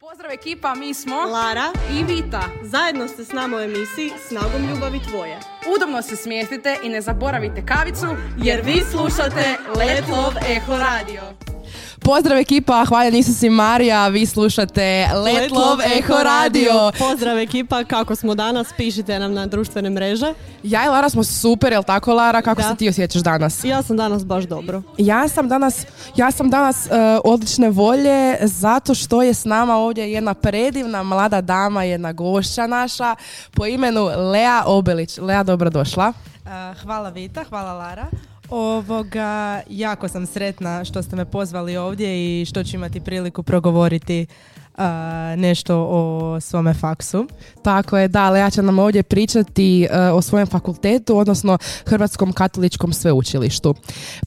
Pozdrav ekipa, mi smo Lara, i Vita. zajedno ste s nama u emisiji Snagom ljubavi tvoje. Udobno se smjestite i ne zaboravite kavicu jer vi slušate Let Love Eho Radio. Pozdrav ekipa, hvala nisam si Marija, vi slušate Let Love Eho Radio. Pozdrav ekipa, kako smo danas, pišite nam na društvene mreže. Ja i Lara smo super, jel tako Lara? Kako Da. se ti osjećaš danas? Ja sam danas baš dobro. Ja sam danas, ja sam danas e, odlične volje zato što je s nama ovdje jedna predivna mlada dama, jedna gošća naša po imenu Lea Obelić. Lea, dobrodošla. A, Eh, Hvala Vita, hvala Lara. Ovoga, jako sam sretna što ste me pozvali ovdje i što ću imati priliku progovoriti a, nešto o svome faksu. Tako je, da, Lea će nam ovdje pričati e, o svojem fakultetu, odnosno Hrvatskom katoličkom sveučilištu.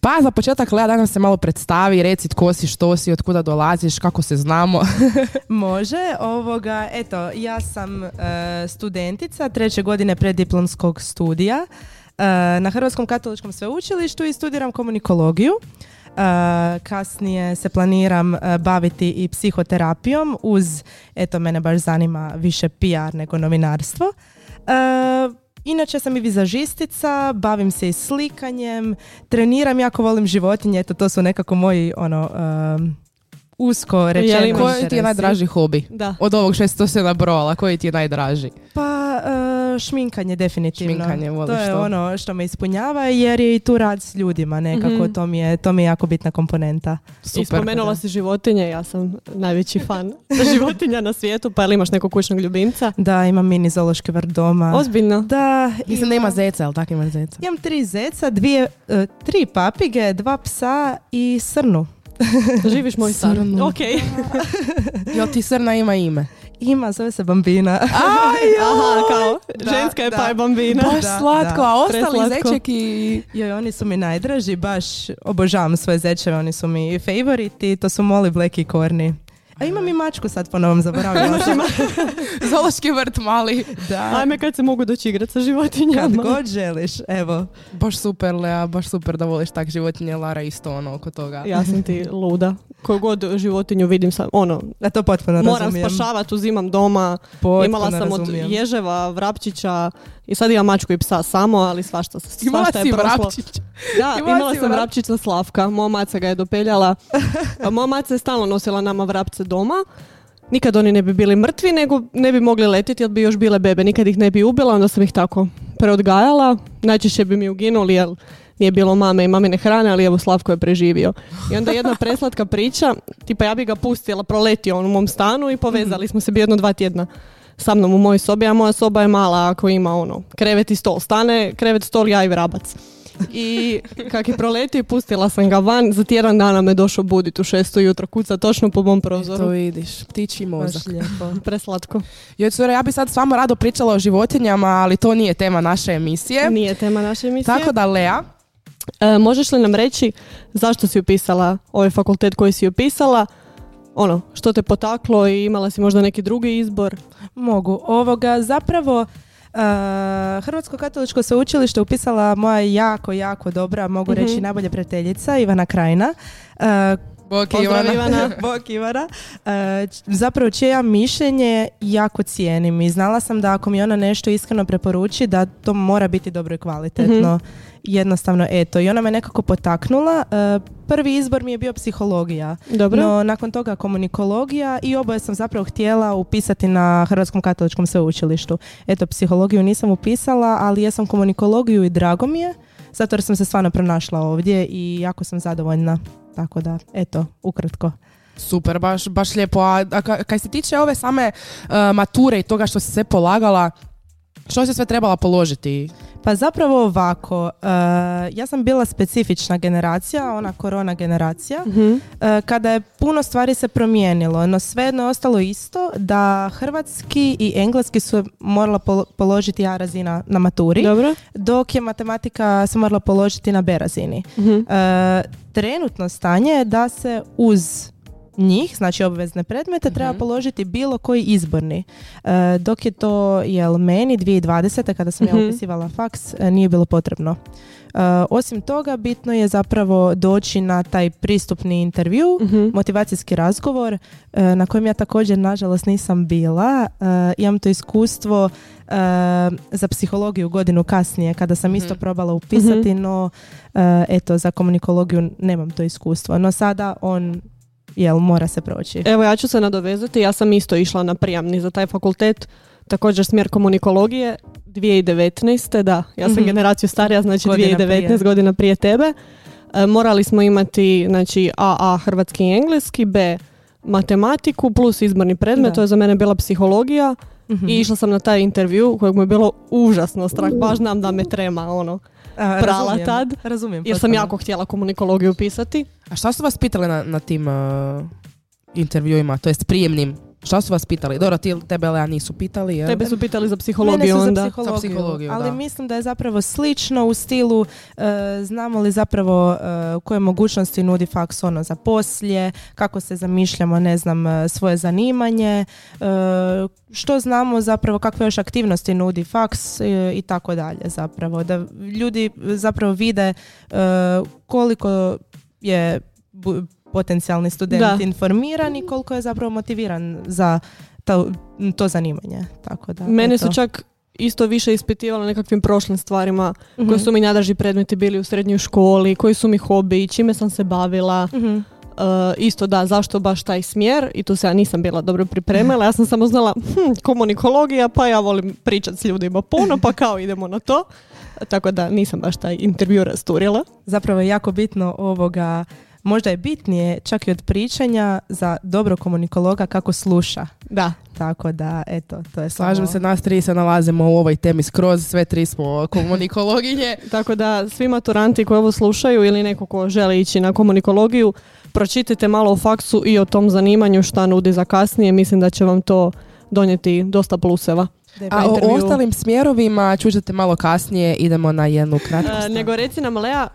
Pa za početak, Lea, danas se malo predstavi, reci tko si, što si, od kuda dolaziš, kako se znamo. Može, ovoga, eto, ja sam e, studentica treće godine preddiplomskog studija e, na Hrvatskom katoličkom sveučilištu i studiram komunikologiju. E, kasnije se planiram e, baviti i psihoterapijom uz, eto, mene baš zanima više PR nego novinarstvo. E, Inače sam i vizažistica, bavim se i slikanjem, treniram, jako volim životinje, eto to su nekako moji ono, em, usko rečeno li koji ti je interesi. najdraži hobi? Da. Od ovog što se nabrojala, koji ti je najdraži? Pa e, šminkanje definitivno. Šminkanje, voliš to je to? ono što me ispunjava jer je i tu rad s ljudima nekako, Mhm. to, mi je, to mi je jako bitna komponenta. I spomenula si životinje, ja sam najveći fan životinja na svijetu, pa jel imaš nekog kućnog ljubimca? Da, imam mini zoološki vrt doma. Ozbiljno. da, Mislim da imam- ima zeca, jel tako imaš zeca? Imam tri zeca, dvije, e, tri papige, dva psa i srnu. Živiš moj san. Srnu. Ok. Jel ti srna ima ime? Ima, zove se Bambina. Aha, kao, Da, ženska je da. pa je bambina. Baš Baš Da, slatko, slatko, da. a a ostali ostali Preslatko. zeček zeček i... Joj, oni su mi najdraži, baš obožavam svoje zečeve, oni su mi favoriti, to su Molly, Black i Korni. A imam i mačku sad po novom, zaboravljala sam. Zološki vrt mali. Da. Ajme kad se mogu doći igrat sa životinjama. Kad god želiš, evo. Baš super, Lea, baš super da voliš tak životinje, Lara isto ono oko toga. Ja sam ti luda. Koju god životinju vidim sam, ono, Da to potpuno moram razumijem. spašavati, uzimam doma. Potpuno Imala sam razumijem. od ježeva, vrapčića i sad imam mačku i psa samo, ali svašta, svašta Imala je si prošlo. vrapčić. Da, Imala imala, si sam vrap- vrapčića Slavka. Moja maca ga je dopeljala. A Moja maca je stalno nosila nama vrapce doma. Nikad oni ne bi bili mrtvi, nego ne bi mogli letiti jer bi još bile bebe. Nikad ih ne bi ubila, onda sam ih tako preodgajala. Najčešće bi mi uginuli jer nije bilo mame i mamine hrane, ali evo Slavko je preživio. I onda jedna preslatka priča, tipa ja bi ga pustila, proletio on u mom stanu i povezali smo se bi jedno dva tjedna sa mnom u mojoj sobi, a moja soba je mala ako ima ono, krevet i stol. Stane krevet, stol, ja i vrabac. I kak je proletio i pustila sam ga van, za tjedan dana me došao budit u šesto jutro, kuca točno po mom To prozoru. vidiš, ptići mozak. Baš lijepo. Preslatko. Joj, cure, ja bi sad s vama rado pričala o životinjama, ali to nije tema naše emisije. Nije tema naše emisije. E. Tako da, Lea, E, možeš li nam reći zašto si upisala ovaj fakultet koji si upisala? Ono, što te potaklo i imala si možda neki drugi izbor? Mogu. Ovoga, zapravo, eh, Hrvatsko katoličko sveučilište upisala moja jako, jako dobra, mogu reći Mhm. najbolja prijateljica Ivana Krajina. eh, Bok Pozdrav, Ivana. Ivana. Bog Ivana. Eh, č- zapravo čije ja mišljenje jako cijenim i znala sam da ako mi ona nešto iskreno preporuči da to mora biti dobro i kvalitetno. Mhm. Jednostavno, eto. I ona me nekako potaknula. Eh, prvi izbor mi je bio psihologija. Dobro. No, nakon toga komunikologija i oboje sam zapravo htjela upisati na Hrvatskom katoličkom sveučilištu. Eto, psihologiju nisam upisala, ali jesam komunikologiju i drago mi je, zato jer sam se stvarno pronašla ovdje i jako sam zadovoljna. Tako da, eto, ukratko. Super, baš, baš lijepo. A, a ka- kaj se tiče ove same e, mature i toga što si sve polagala, što si sve trebala položiti? Pa zapravo ovako, e, ja sam bila specifična generacija, ona korona generacija, e, kada je puno stvari se promijenilo, no svejedno je ostalo isto da hrvatski i engleski su morala polo- položiti A razina na maturi. Dobro. dok je matematika se morala Mhm. položiti na B razini. E, trenutno stanje je da se uz njih, znači obvezne predmete, treba položiti bilo koji izborni. E, dok je to, jel, meni 2020. kada sam Mhm. ja upisivala faks, e, nije bilo potrebno. E, osim toga, bitno je zapravo doći na taj pristupni intervju, Mhm. motivacijski razgovor e, na kojem ja također nažalost nisam bila. E, Imam to iskustvo e, za psihologiju godinu kasnije kada sam Mhm. isto probala upisati, no e, eto za komunikologiju nemam to iskustvo. No sada on jel mora se proći. Evo ja ću se nadovezati, ja sam isto išla na prijamni za taj fakultet, također smjer komunikologije 2019. Da, ja sam Mhm. generaciju starija, znači Godina 2019 prije. godina prije tebe. E, morali smo imati znači AA hrvatski i engleski, B matematiku plus izborni predmet, Da. to je za mene bila psihologija Mhm. Uh. i išla sam na taj intervju kojeg mu je bilo užasno strah, baš znam da me trema ono, A, prala razumijem, tad, Razumijem. jer sam potpuno. jako htjela komunikologiju upisati. A šta su vas pitali na, na tim uh, intervjuima, to jest prijemnim? Šta su vas pitali? Dobro, ti, tebe Lea nisu pitali, jel? Tebe su pitali za Mene psihologiju su za onda. psihologiju, Za psihologiju, ali da. mislim da je zapravo slično u stilu e, znamo li zapravo e, koje mogućnosti nudi faks ono za poslije, kako se zamišljamo, ne znam, e, svoje zanimanje, e, što znamo zapravo kakve još aktivnosti nudi faks e, i tako dalje zapravo. Da ljudi zapravo vide e, koliko je bu- potencijalni student Da. informiran i koliko je zapravo motiviran za ta- to zanimanje. Tako da, Mene su eto. čak isto više ispitivali nekakvim prošlim stvarima, Mhm. koji su mi nadaži predmeti bili u srednjoj školi, koji su mi hobi, čime sam se bavila. Mhm. E, isto da, zašto baš taj smjer i tu se ja nisam bila dobro pripremila, ja sam samo znala hm, komunikologija, pa ja volim pričati s ljudima puno, pa kao idemo na to. Tako da nisam baš taj intervju rasturila. zapravo je jako bitno ovoga, možda je bitnije čak i od pričanja za dobro komunikologa kako sluša. Da. Tako da, eto, to je Slažem se, samo... nas tri se nalazimo u ovoj temi skroz, sve tri smo komunikologinje. Tako da svi maturanti koji ovo slušaju ili neko ko želi ići na komunikologiju, pročitajte malo o faksu i o tom zanimanju šta nudi za kasnije. Mislim da će vam to donijeti dosta pluseva. Da je pa A o intervju. ostalim smjerovima čućete malo kasnije, idemo na jednu kratku E, stanku. nego reci nam Lea,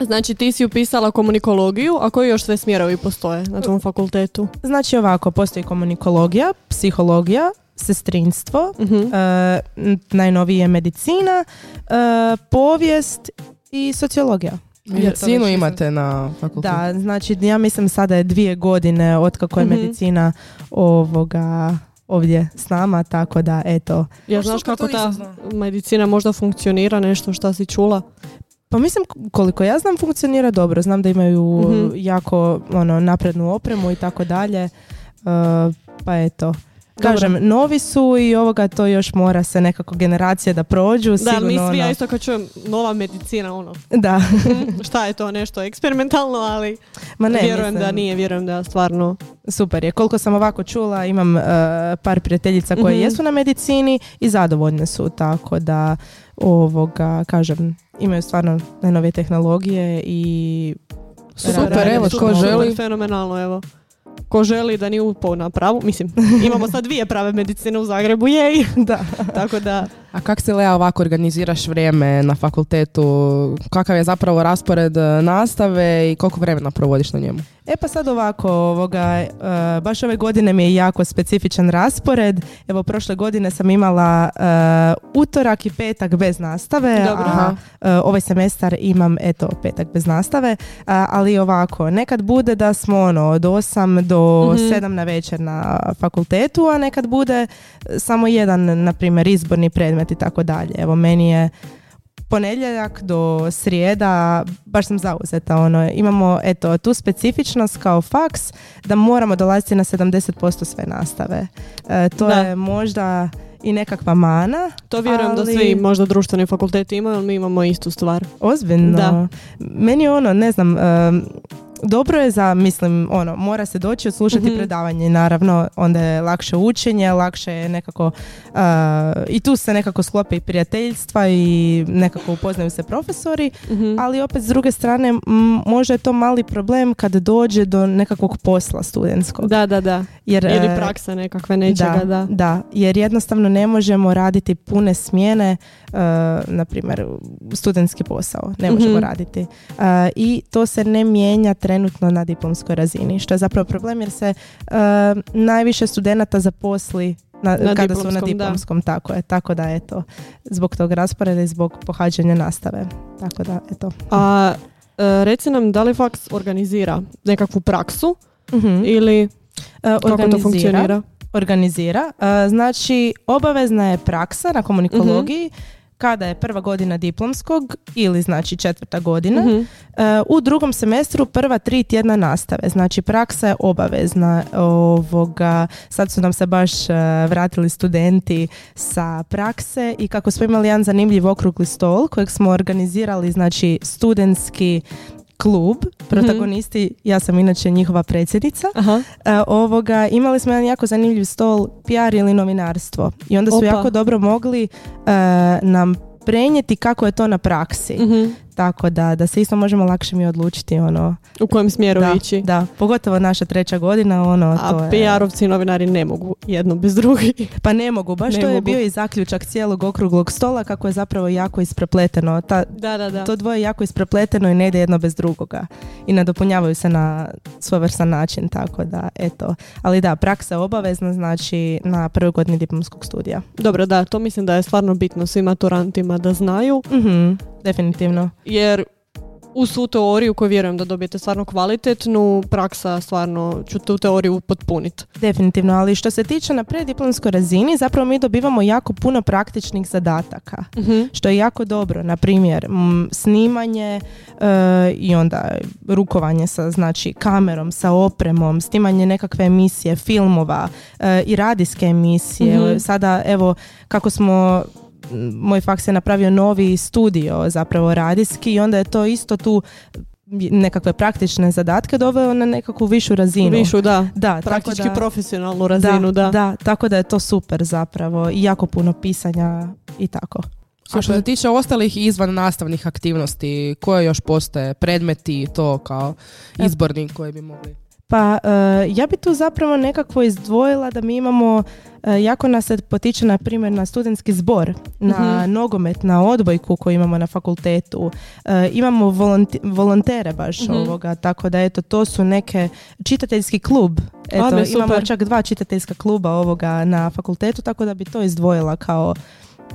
znači ti si upisala komunikologiju, a koji još sve smjerovi postoje na tom fakultetu? Znači ovako, postoji komunikologija, psihologija, sestrinstvo, Mhm. e, n- najnovije je medicina, e, povijest i sociologija. Medicinu imate na fakultetu. Da, znači ja mislim sada je dvije godine otkako je Mhm. medicina ovoga ovdje s nama, tako da eto, Ja Pa znaš super, to kako ta nisam znala. medicina možda funkcionira, nešto šta si čula? Pa mislim koliko ja znam funkcionira dobro. Znam da imaju Mhm. jako ono naprednu opremu i tako dalje. E, pa eto. Kažem, novi su i ovoga to još mora se nekako generacije da prođu. Da, ali mi sigurno, svi, ono- ja isto kad čujem nova medicina, ono, Da, šta je to nešto eksperimentalno, ali ma Pa ne. vjerujem mislim, da nije, vjerujem da stvarno Super je. Koliko sam ovako čula, imam e, par prijateljica koje Mhm. jesu na medicini i zadovoljne su. Tako da, ovoga, kažem, imaju stvarno najnovije tehnologije i Super, Rade, evo, super, tko super, želi. Fenomenalno, evo. Ko želi da nije upao na pravu, mislim, imamo sad dvije prave medicine u Zagrebu, jej, da. tako da, A kak se Lea ovako organiziraš vrijeme na fakultetu? Kakav je zapravo raspored e, nastave i koliko vremena provodiš na njemu? E pa sad ovako, ovoga, e, baš ove godine mi je jako specifičan raspored. Evo, prošle godine sam imala e, utorak i petak bez nastave, Dobro. a e, ovaj semestar imam, eto, petak bez nastave. A, ali ovako, nekad bude da smo ono, od 8 do 7 na večer na fakultetu, a nekad bude samo jedan, na primjer, izborni predmet i tako dalje. Evo, meni je ponedjeljak do srijeda, baš sam zauzeta, ono, imamo eto, tu specifičnost kao faks da moramo dolaziti na 70% sve nastave. E, to Da. je možda i nekakva mana. to vjerujem da ali- svi možda društveni fakulteti imaju, ali mi imamo istu stvar. Ozbiljno. Da. Meni je ono, ne znam, em, dobro je za, mislim, ono, mora se doći odslušati Mhm. predavanje, naravno, onda je lakše učenje, lakše je nekako, eh, i tu se nekako sklope i prijateljstva i nekako upoznaju se profesori, ali opet s druge strane, m, možda je to mali problem kad dođe do nekakvog posla studentskog. Da, da, da. Jer, Ili eh, prakse nekakve nečega, da. jer jednostavno ne možemo raditi pune smjene, eh, na primjer, studentski posao, ne možemo Mhm. raditi. Eh, I to se ne mijenja trenutno na diplomskoj razini, što je zapravo problem jer se e, najviše studenata zaposli na, Na kada su na diplomskom, da. diplomskom, tako je. Tako da eto, zbog tog rasporeda i zbog pohađanja nastave. Tako da eto. A e, reci nam da li faks organizira nekakvu praksu Mhm. ili E, kako to funkcionira? organizira. E, Znači, obavezna je praksa na komunikologiji Mhm. kada je prva godina diplomskog ili znači četvrta godina. Mhm. E, U drugom semestru prva tri tjedna nastave. Znači, praksa je obavezna. Ovoga, sad su nam se baš e, vratili studenti sa prakse i kako smo imali jedan zanimljiv okrugli stol kojeg smo organizirali, znači, studentski klub, Mhm. protagonisti, ja sam inače njihova predsjednica, Aha. E, ovoga, imali smo jedan jako zanimljiv stol PR ili novinarstvo i onda su Opa. jako dobro mogli e, nam prenijeti kako je to na praksi. Mhm. Tako da, da se isto možemo lakše mi odlučiti ono. U kojem smjeru Da, ići? da, pogotovo naša treća godina, ono, to A je- PR-ovci i novinari ne mogu jedno bez drugih. Pa ne mogu, baš Ne to je mogu. bio i zaključak cijelog okruglog stola kako je zapravo jako isprepleteno. Ta, Da, da, da. to dvoje je jako isprepleteno i ne ide jedno bez drugoga. I nadopunjavaju se na svojevrstan način, tako da, eto. Ali da, praksa je obavezna, znači na prvoj godini diplomskog studija. Dobro, da, to mislim da je stvarno bitno svim maturantima da znaju, Mhm, definitivno. jer u svu teoriju koju vjerujem da dobijete stvarno kvalitetnu, praksa stvarno ću tu teoriju potpuniti. Definitivno, ali što se tiče na prediplomskoj razini, zapravo mi dobivamo jako puno praktičnih zadataka. Mhm. što je jako dobro, na primjer m, snimanje e, i onda rukovanje sa znači kamerom, sa opremom, snimanje nekakve emisije, filmova e, i radijske emisije. Mhm. Sada evo kako smo m, moj faks je napravio novi studio zapravo radijski i onda je to isto tu nekakve praktične zadatke doveo na nekakvu višu razinu. Višu, da. Da, tako Praktički da- profesionalnu razinu, da. da, tako da je to super zapravo i jako puno pisanja i tako. A što Super. se tiče ostalih izvan nastavnih aktivnosti, koje još postoje, predmeti i to kao izborni koje bi mogli? Pa e, ja bi tu zapravo nekako izdvojila da mi imamo, e, jako nas se potiče na primjer na studentski zbor, na nogomet, na odbojku koju imamo na fakultetu, E, imamo volonti- volontere baš ovoga, tako da eto to su neke, čitateljski klub, eto Ajme, imamo super. čak dva čitateljska kluba ovoga na fakultetu, tako da bi to izdvojila kao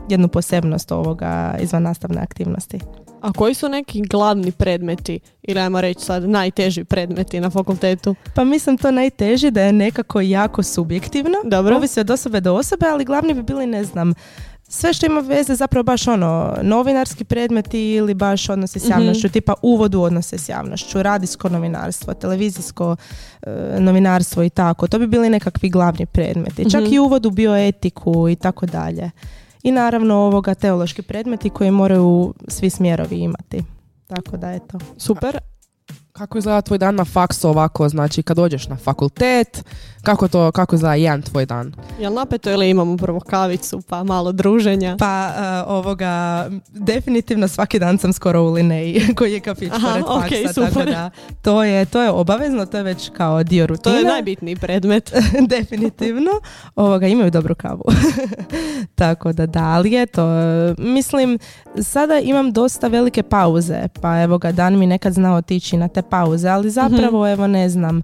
jednu posebnost ovoga izvan nastavne aktivnosti. A koji su neki glavni predmeti, ili ajmo reći sad najteži predmeti na fakultetu? Pa mislim to najteži da je nekako jako subjektivno. Dobro. Ovisi od osobe do osobe, ali glavni bi bili, ne znam, sve što ima veze zapravo baš ono, novinarski predmeti ili baš odnose s javnošću, tipa uvod u odnose s javnošću, radijsko novinarstvo, televizijsko e, novinarstvo i tako. To bi bili nekakvi glavni predmeti. Čak i uvod u bioetiku i tako dalje. I naravno ovoga teološki predmeti koji moraju svi smjerovi imati. Tako da eto. Super. Kako izgleda tvoj dan na faksu ovako, znači kad dođeš na fakultet, kako to, kako izgleda jedan tvoj dan? Jel napeto ili imamo prvo kavicu pa malo druženja? Pa e, ovoga, definitivno svaki dan sam skoro u Lineji koji je kafić Aha, pored ok, faksa, tako super. da to je, to je obavezno, to je već kao dio to rutine. je najbitniji predmet. definitivno. Ovoga, imaju dobru kavu. tako da da, ali eto, e, mislim, sada imam dosta velike pauze, pa evo ga, dan mi nekad zna otići na te pauze, ali zapravo, evo ne znam, e,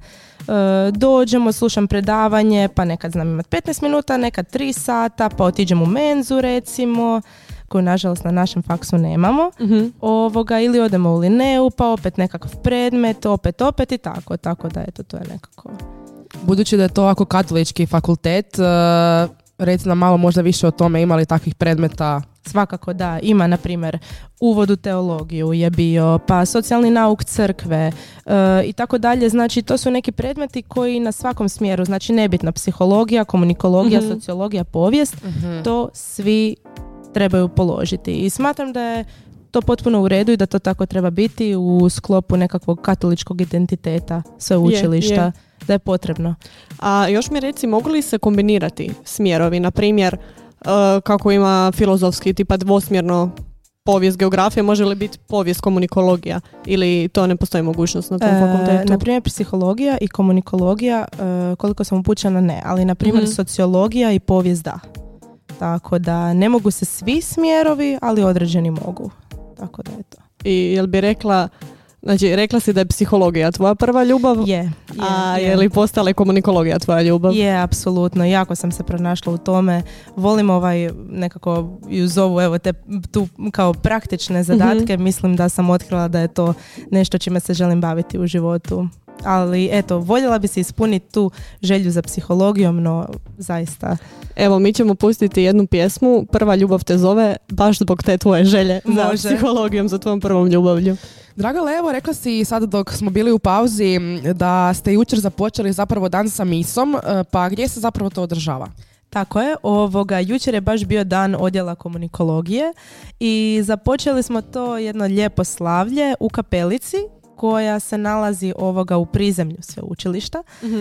dođemo, slušam predavanje, pa nekad znam imat 15 minuta, nekad 3 sata, pa otiđem u menzu recimo, koju nažalost na našem faksu nemamo Mhm. ovoga ili odemo u Lineu pa opet nekakav predmet, opet, opet i tako, tako da eto to je nekako Budući da je to ovako katolički fakultet, e, reci nam malo možda više o tome imali takvih predmeta. Svakako da, ima na primjer uvod u teologiju je bio, pa socijalni nauk crkve e, i tako dalje. Znači to su neki predmeti koji na svakom smjeru, znači nebitno psihologija, komunikologija, Mhm. sociologija, povijest, to svi trebaju položiti. I smatram da je to potpuno u redu i da to tako treba biti u sklopu nekakvog katoličkog identiteta sveučilišta. je. Da je potrebno. A još mi reci, mogu li se kombinirati smjerovi? Na primjer, e, kako ima filozofski tipa dvosmjerno povijest geografije, može li biti povijest komunikologija? Ili to ne postoji mogućnost na tom E, fakultetu? na primjer, psihologija i komunikologija, e, koliko sam upućena, ne. Ali, na primjer, Mhm. sociologija i povijest, da. Tako da ne mogu se svi smjerovi, ali određeni mogu. Tako da, eto. I jel bi rekla Znači, rekla si da je psihologija tvoja prva ljubav, Je. a je li postala i komunikologija tvoja ljubav? Je, apsolutno. Jako sam se pronašla u tome. Volim ovaj, nekako ju zovu, evo, te tu kao praktične zadatke. Mislim da sam otkrila da je to nešto čime se želim baviti u životu. Ali eto, voljela bi se ispuniti tu želju za psihologijom, no zaista. Evo, mi ćemo pustiti jednu pjesmu, Prva ljubav te zove, baš zbog te tvoje želje za Može. psihologijom, za tvojom prvom ljubavlju. Drago evo rekla si sad dok smo bili u pauzi m, da ste jučer započeli zapravo dan sa misom, e, pa gdje se zapravo to održava? Tako je, ovoga, jučer je baš bio dan odjela komunikologije i započeli smo to jedno lijepo slavlje u kapelici koja se nalazi ovoga u prizemlju sveučilišta. E,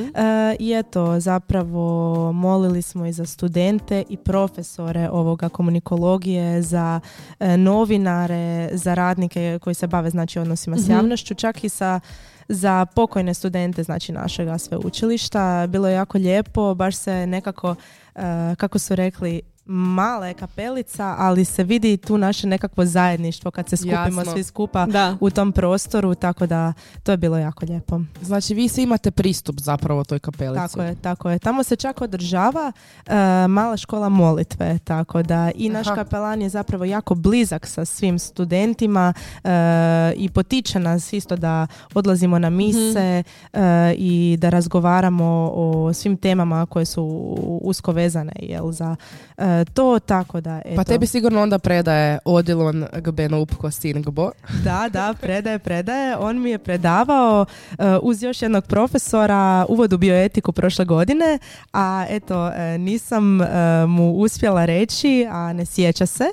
I eto, zapravo molili smo i za studente i profesore ovoga komunikologije, za e, novinare, za radnike koji se bave znači odnosima s javnošću, čak i sa za pokojne studente znači našega sveučilišta. Bilo je jako lijepo, baš se nekako, e, kako su rekli, mala je kapelica, ali se vidi tu naše nekakvo zajedništvo kad se skupimo Jasno. svi skupa Da. u tom prostoru, tako da to je bilo jako lijepo. Znači vi svi imate pristup zapravo toj kapelici. Tako je, tako je. Tamo se čak održava e, mala škola molitve, tako da i naš Aha. kapelan je zapravo jako blizak sa svim studentima e, i potiče nas isto da odlazimo Mhm. na mise e, i da razgovaramo o svim temama koje su usko vezane jel, za e, to, tako da eto. Pa tebi sigurno onda predaje odjelon gbeno upko singbo. Da, da, predaje, predaje. On mi je predavao e, uz još jednog profesora uvod u bioetiku prošle godine, a eto, e, nisam e, mu uspjela reći, a ne sjeća se,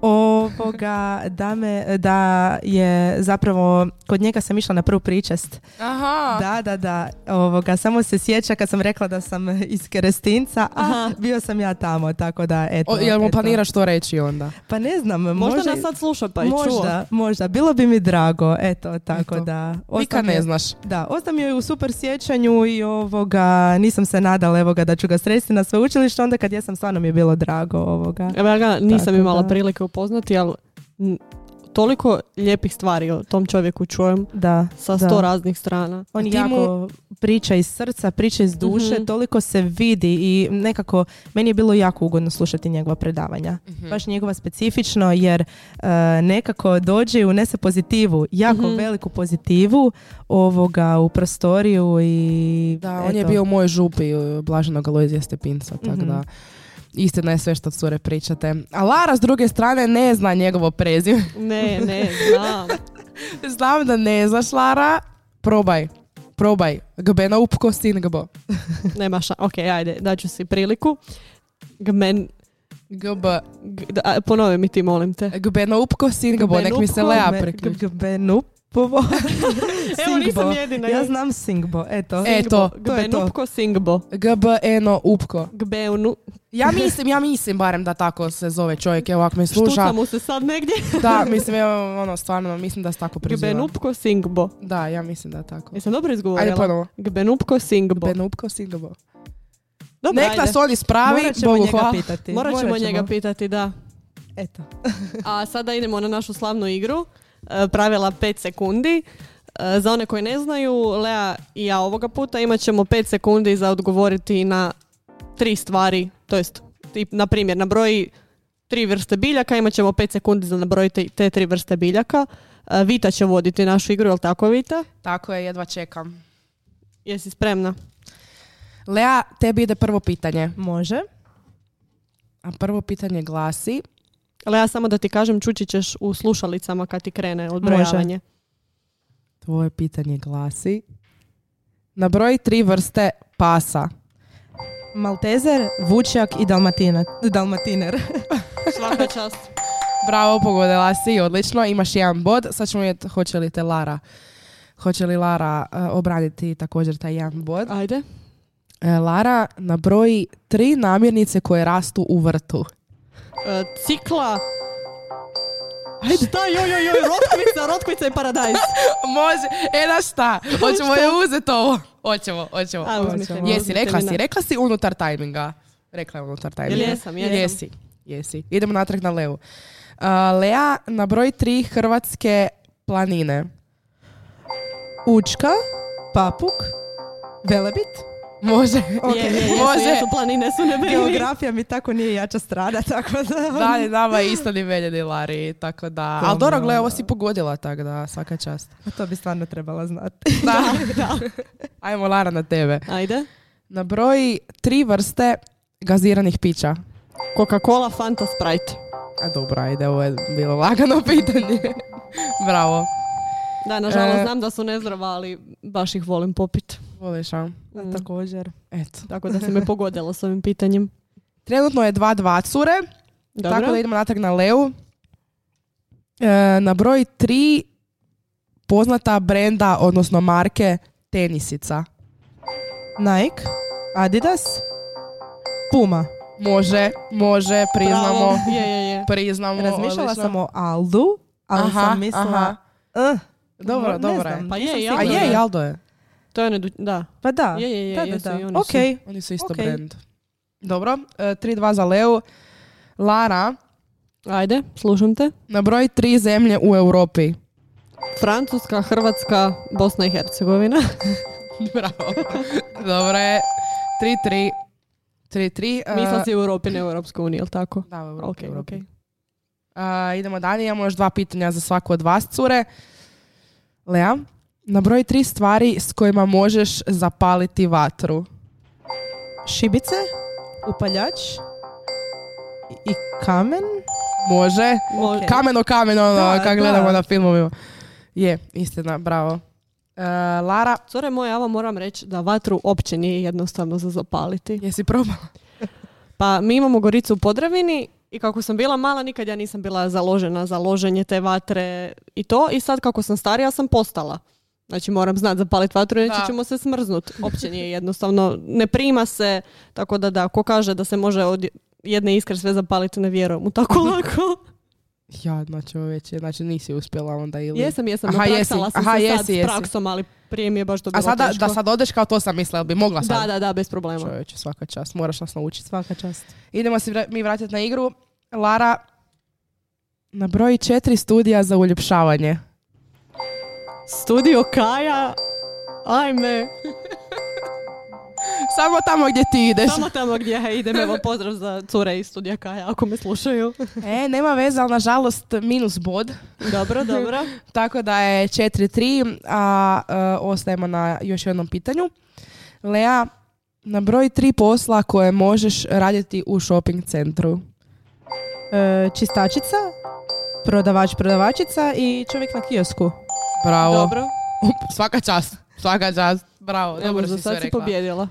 ovoga, da, me, da je zapravo, kod njega sam išla na prvu pričest. Aha. Da, da, da, ovoga, samo se sjeća kad sam rekla da sam iz Kerestinca, a bio sam ja tamo, tako da, eto. O, jel mu eto. planiraš to reći onda? Pa ne znam, Možda može- nas sad sluša pa i možda, čuo. možda. Bilo bi mi drago, eto, tako Eto. da. Osta Nikad mi je- ne znaš. Da, ostao mi je u super sjećanju i ovoga, nisam se nadala evoga da ću ga sresti na sveučilištu, onda kad jesam stvarno mi je bilo drago ovoga. E. Evo ja ga nisam Tako imala da. prilike upoznati, ali m, toliko lijepih stvari o tom čovjeku čujem Da, sa da. sto raznih strana. On Ti mu- jako priča iz srca, priča iz duše, Mhm. toliko se vidi i nekako meni je bilo jako ugodno slušati njegova predavanja. Mhm. Baš njegova specifično jer e, nekako dođe i unese pozitivu, jako Mhm. veliku pozitivu ovoga u prostoriju i Da, on je eto. bio u mojoj župi u Blaženog Alojzija Stepinca, tako Mhm. da istina je sve što cure pričate. A Lara s druge strane ne zna njegovo prezime. Ne, ne, znam. Znam da ne znaš Lara, probaj. Probaj. Gbena upko singbo. Nema ša. Ok, ajde, daću si priliku. Gmen, Gb. g- da, a, ponovi mi ti, molim te. Gbena upko singbo. Nek mi se Gbenupko, Lea Me- priključi. Gbenupovo. Evo, nisam Singbo. jedina. Ja znam Singbo, eto. E, Singbo. to, to je to. Gbenupko Singbo. Gbeno upko. Gbeunu. Ja mislim, ja mislim barem da tako se zove čovjek. Evo, ako me Što sluša. mu se sad negdje? Da, mislim, evo, ono, stvarno, mislim da se tako preziva. Gbenupko Singbo. Da, ja mislim da je tako. Jesam dobro izgovorila? Ajde ponovo. Gbenupko Singbo. Gbeno upko singbo. Dobro, Nek nas ajde. on ispravi, Morat ćemo Bogu njega hvala. pitati. Morat ćemo njega pitati, da. Eto. A sada idemo na našu slavnu igru, e, pravila 5 sekundi. E, Za one koji ne znaju, Lea i ja ovoga puta imat ćemo 5 sekundi za odgovoriti na tri stvari, to jest, tip, na primjer, nabroji tri vrste biljaka, imat ćemo 5 sekundi za nabrojiti te tri vrste biljaka. E, Vita će voditi našu igru, jel tako Vita? Tako je, jedva čekam. Jesi spremna? Lea, tebi ide prvo pitanje. Može. A prvo pitanje glasi... Lea, samo da ti kažem, čući ćeš u slušalicama kad ti krene odbrojavanje. Tvoje pitanje glasi... Nabroji tri vrste pasa. Maltezer, Vučjak i Dalmatina. Dalmatiner. Svaka čast. Bravo, pogodila si, odlično. Imaš jedan bod. Sad ćemo vidjeti hoće li te Lara... Hoće li Lara e, obraniti također taj jedan bod? Ajde. E, Lara nabroji tri namirnice koje rastu u vrtu. E, cikla. Ajde, šta, joj, joj, joj, rotkvica, rotkvica i paradajz. Može, e da šta? Hoćemo je uzeti ovo. Hoćemo, hoćemo. A, uzmite Hoćemo. mi, Jesi, uzmite rekla mi si, na- rekla si unutar tajminga. Rekla je unutar tajminga. Jel jesam, jesam. Jesi, jesi. Idemo natrag na Leu. Uh, Lea, nabroj tri hrvatske planine. Učka, Papuk, Velebit. Može. Ok, Može. Jesu, planine su ne brini. Geografija mi tako nije jača strana, tako da... Da, ni nama je isto ni velje ni Lari, tako da... Ali dobro, gle, ovo si pogodila, tako da, svaka čast. To bi stvarno trebala znati. Da, da. Ajmo, Lara, na tebe. Ajde. Nabroji tri vrste gaziranih pića. Coca-Cola, Fanta, Sprite. A dobro, ajde, ovo je bilo lagano pitanje. Bravo. Da, nažalost E. znam da su nezdrava, ali baš ih volim popit. Voliš, a? Da, također. Eto. Tako da si me pogodila s ovim pitanjem. Trenutno je 2-2 cure, Dobro. tako da idemo natrag na Leu. E, nabroji tri poznata brenda, odnosno marke tenisica. Nike, Adidas, Puma. Može, može, priznamo. Bravo. Je, je, je. Priznamo. Razmišljala odlično. sam o Aldu, ali Aha, sam mislila... aha. "Eh, Dobro, ne dobro znam, je. Pa je, nisam i sigurna. A Aldo je, i Aldo je. To je ono du- da. Pa da, Je, je, je, da, da, jesu da. i oni Ok, Oni su isto Ok. brand. Dobro, e, 3-2 za Leu. Lara, Ajde, slušam te. nabroji tri zemlje u Europi. Francuska, Hrvatska, Bosna i Hercegovina. Bravo. Dobro je. 3-3. 3-3. e, Misla si u Europi, ne u Europskoj uniji, jel tako? Da, u Europi. Ok, u ok. Europi. A, idemo dalje, imamo još dva pitanja za svaku od vas, cure. Lea, nabroji tri stvari s kojima možeš zapaliti vatru. šibice, upaljač i kamen. Može? Mo- Ok. Kameno, kameno, ono, Da, kak da. gledamo na filmovima. Je, istina, bravo. E, Lara, Cure moja, ja vam moram reći da vatru uopće nije jednostavno za zapaliti. jesi probala? Pa mi imamo goricu u Podravini i kako sam bila mala nikad ja nisam bila založena za loženje te vatre i to i sad kako sam starija sam postala. Znači moram znat zapaliti vatru inače Da. ćemo se smrznut. Opće nije jednostavno, ne prima se, tako da da, ko kaže da se može od jedne iskre sve zapaliti, ne vjerujem u tako lako. Jadno čovječe, znači nisi uspjela onda ili... Jesam, jesam, Aha, napraksala jesi. sam Aha, se jesi, sad jesi. s praksom, ali prije mi je baš to bilo A sada, teško. da sad odeš kao to sam mislila, jel bi mogla sad? da, da, da, bez problema. Čovječe, svaka čast, moraš nas naučiti. Svaka čast. Idemo se vra- mi vratiti na igru. Lara, nabroji četiri studija za uljepšavanje. Studio Kaja, ajme, Samo tamo gdje ti ideš. samo tamo gdje ja idem, evo pozdrav za cure iz studija Kaja, ako me slušaju. E, nema veze, ali nažalost minus bod. Dobro, dobro. Tako da je 4-3, a e, ostajemo na još jednom pitanju. Lea, nabroji tri posla koje možeš raditi u shopping centru. E, čistačica, prodavač, prodavačica i čovjek na kiosku. Bravo. Dobro, Svaka čast. Svaka čast. Bravo, evo dobro za si sad sve si rekla. pobjedila.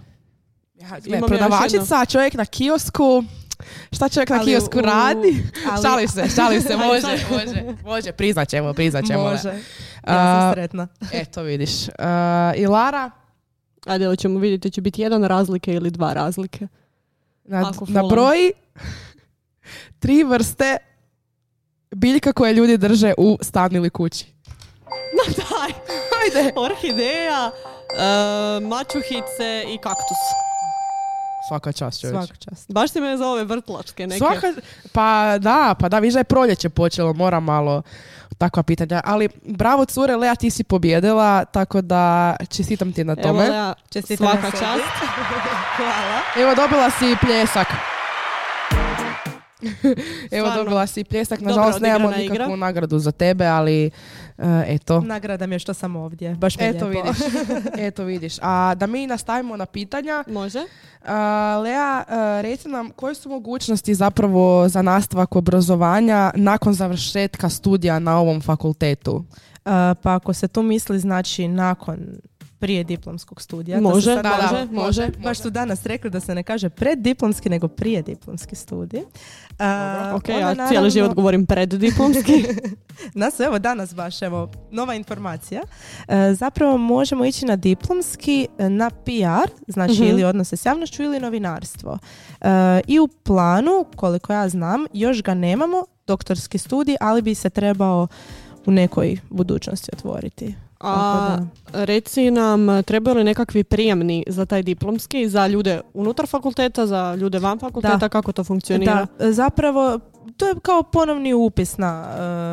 Ja, Imam ja gle, još prodavačica, čovjek na kiosku. Šta čovjek na Ali kiosku u- radi? ali- Šalim se, šalim se, Ali može, sad- može, može, priznat ćemo, priznat ćemo. Može. Ja sam A, sretna. Eto, vidiš. A, I Lara, Ajde, hoćemo vidjeti, će biti jedan razlike ili dva razlike. na, Ako fulam. nabroji tri vrste biljka koje ljudi drže u stanu ili kući. Ma daj, Ajde. orhideja, mačuhice i kaktus. Svaka čast, čovječ. Svaka čast. Baš si me za ove vrtlačke neke. Svaka, pa da, pa da, viš da je proljeće počelo, mora malo takva pitanja. Ali bravo cure, Lea, ti si pobjedila, tako da čestitam ti na Evo, tome. Evo, Lea, Čestitam svaka na sebi. čast. Hvala. dobila si pljesak. Evo, Stvarno. dobila si pljesak. Dobro Nažalost, nemamo odigrana igra. nikakvu nagradu za tebe, ali e, eto. Nagrada mi je što sam ovdje. Baš mi je Eto lijepo. vidiš, eto vidiš. A da mi nastavimo na pitanja, Može? a, Lea, e, reci nam koje su mogućnosti zapravo za nastavak obrazovanja nakon završetka studija na ovom fakultetu? A, pa ako se tu misli, znači nakon prije diplomskog studija. to Može, se Pa sad da, malo- da, može. Baš su danas rekli da se ne kaže preddiplomski, nego prije diplomski studij. A, Ok, onda, ja cijeli naravno, život govorim preddiplomski. Nas evo danas baš, evo, nova informacija. E, zapravo možemo ići na diplomski, e, na PR, znači Mhm. ili odnose s javnošću ili novinarstvo. E, I u planu, koliko ja znam, još ga nemamo, doktorski studij, ali bi se trebao u nekoj budućnosti otvoriti. A Tako reci nam, trebaju li nekakvi prijemni za taj diplomski, za ljude unutar fakulteta, za ljude van fakulteta, Da. kako to funkcionira? Da, zapravo to je kao ponovni upis na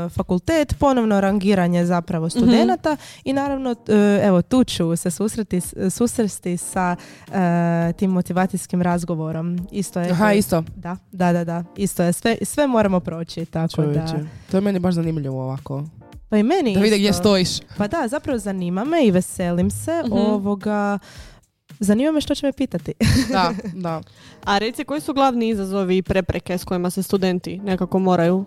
e, fakultet, ponovno rangiranje Mhm. zapravo studenata i naravno t- e, evo tu ću se susreti, s- susresti sa e, tim motivacijskim razgovorom. Isto je Aha, isto. da, da, da, da. Isto je sve, sve moramo proći tako Čovječe. da. To je meni baš zanimljivo ovako. Pa i meni Da vide gdje isto. stojiš. Pa da, zapravo zanima me i veselim se Mhm. ovoga. Zanima me što će me pitati. Da, da. A reci, koji su glavni izazovi i prepreke s kojima se studenti nekako moraju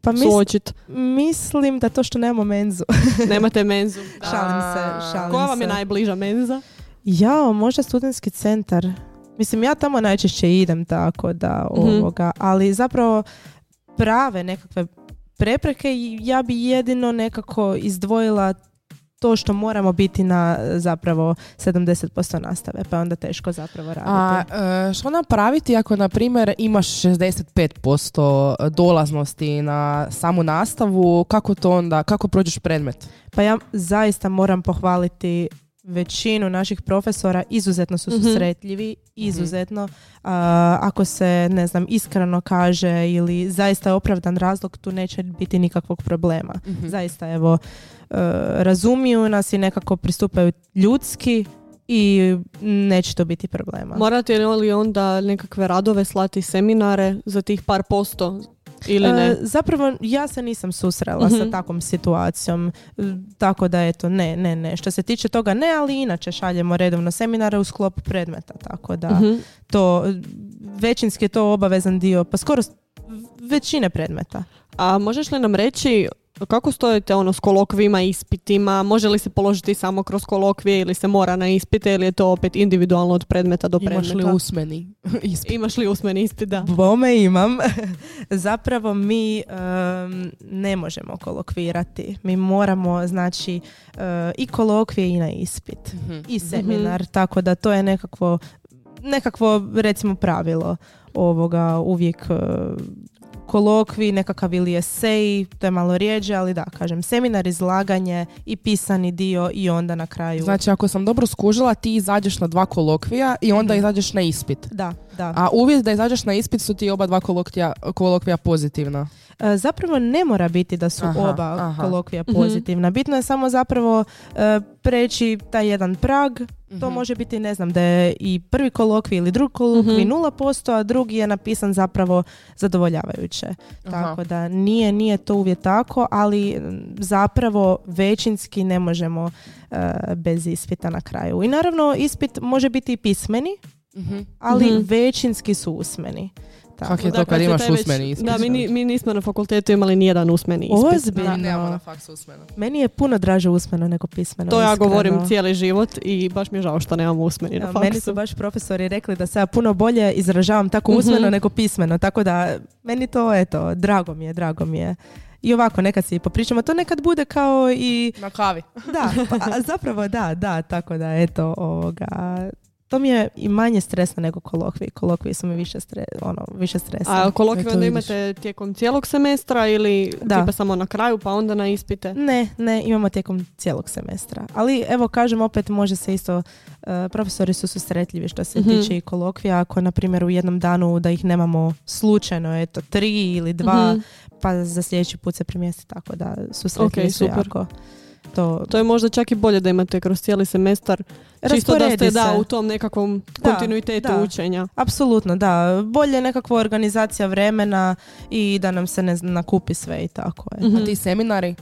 Pa mis- suočiti? mislim da to što nemamo menzu. Nemate menzu. šalim A, se, šalim Koja vam se. je najbliža menza? Jao, možda studentski centar. Mislim, ja tamo najčešće idem tako da Mhm. ovoga, ali zapravo prave nekakve prepreke i ja bi jedino nekako izdvojila to što moramo biti na eh, zapravo 70% nastave, pa je onda teško zapravo raditi. A e, što napraviti ako, na primjer, imaš 65% dolaznosti na samu nastavu, kako to onda, kako prođeš predmet? Pa ja zaista moram pohvaliti većinu naših profesora, izuzetno su Mhm. susretljivi, izuzetno. A, ako se, ne znam, iskreno kaže ili zaista je opravdan razlog, tu neće biti nikakvog problema. Mhm. Zaista, evo, e, razumiju nas i nekako pristupaju ljudski i neće to biti problema. Morate li onda nekakve radove slati seminare za tih par posto ili ne? E, zapravo ja se nisam susrela sa Mhm. takvom situacijom, m, tako da eto ne, ne, ne. Što se tiče toga ne, ali inače šaljemo redovno seminare u sklop predmeta, tako da Mhm. to e, većinski je to obavezan dio, pa skoro s- većine predmeta. A možeš li nam reći kako stojite ono s kolokvijima, ispitima? Može li se položiti samo kroz kolokvije ili se mora na ispite ili je to opet individualno od predmeta do Imaš predmeta? li usmeni ispit? Imaš li usmeni ispit, da. Bome imam. Zapravo mi em, ne možemo kolokvirati. Mi moramo, znači, e, i kolokvije i na ispit. Mhm. i seminar, tako da to je nekakvo nekakvo recimo pravilo ovoga uvijek e, kolokvi, nekakav ili esej, to je malo rijeđe, ali da, kažem, seminar, izlaganje i pisani dio i onda na kraju. Znači, ako sam dobro skužila, ti izađeš na dva kolokvija i onda izađeš na ispit. da, da. A uvjet da izađeš na ispit su ti oba dva kolokvija, kolokvija pozitivna. E, Zapravo ne mora biti da su Aha, oba aha. Mhm. kolokvija pozitivna. Bitno je samo zapravo e, preći taj jedan prag. To Mhm. može biti, ne znam, da je i prvi kolokvi ili drugi kolokvi Mhm. 0%, a drugi je napisan zapravo zadovoljavajuće. Tako da nije, nije to uvijek tako, ali m, zapravo većinski ne možemo e, bez ispita na kraju. I naravno ispit može biti i pismeni, Mhm. ali Mhm. većinski su usmeni. Tako. Kak je to Dakle, kad imaš taj već- usmeni ispit? znači. Da, mi, ni- mi nismo na fakultetu imali nijedan usmeni ispit. Ozbiljno. Da, nemamo na faksu usmeno. Meni je puno draže usmeno nego pismeno. To ja iskreno. govorim cijeli život i baš mi je žao što nemamo usmeni na Evo, faksu. Meni su baš profesori rekli da se ja puno bolje izražavam tako usmeno Mhm. nego pismeno, tako da meni to, eto, drago mi je, drago mi je. I ovako, nekad si popričamo, to nekad bude kao i, Na kavi. da, pa, a zapravo da, da, tako da, eto, ovoga, to mi je i manje stresno nego kolokvi. Kolokvi su mi više, stre, ono, više stresa. A kolokvije Eto, onda vidiš. imate tijekom cijelog semestra ili Da. tipa samo na kraju pa onda na ispite? Ne, ne, imamo tijekom cijelog semestra. Ali evo kažem opet može se isto, e, profesori su susretljivi što se Mhm. tiče i kolokvija, ako na primjer u jednom danu da ih nemamo slučajno, eto tri ili dva, Mhm. pa za sljedeći put se primijesti tako da susretljivi Ok, su super. jako. To, To je možda čak i bolje da imate kroz cijeli semestar. Čisto da Rasporedi ste da, se. u tom nekakvom Da, kontinuitetu da. učenja. Apsolutno, da. Bolje nekakva organizacija vremena i da nam se ne znam, nakupi sve i tako. eto. Mhm. A ti seminari?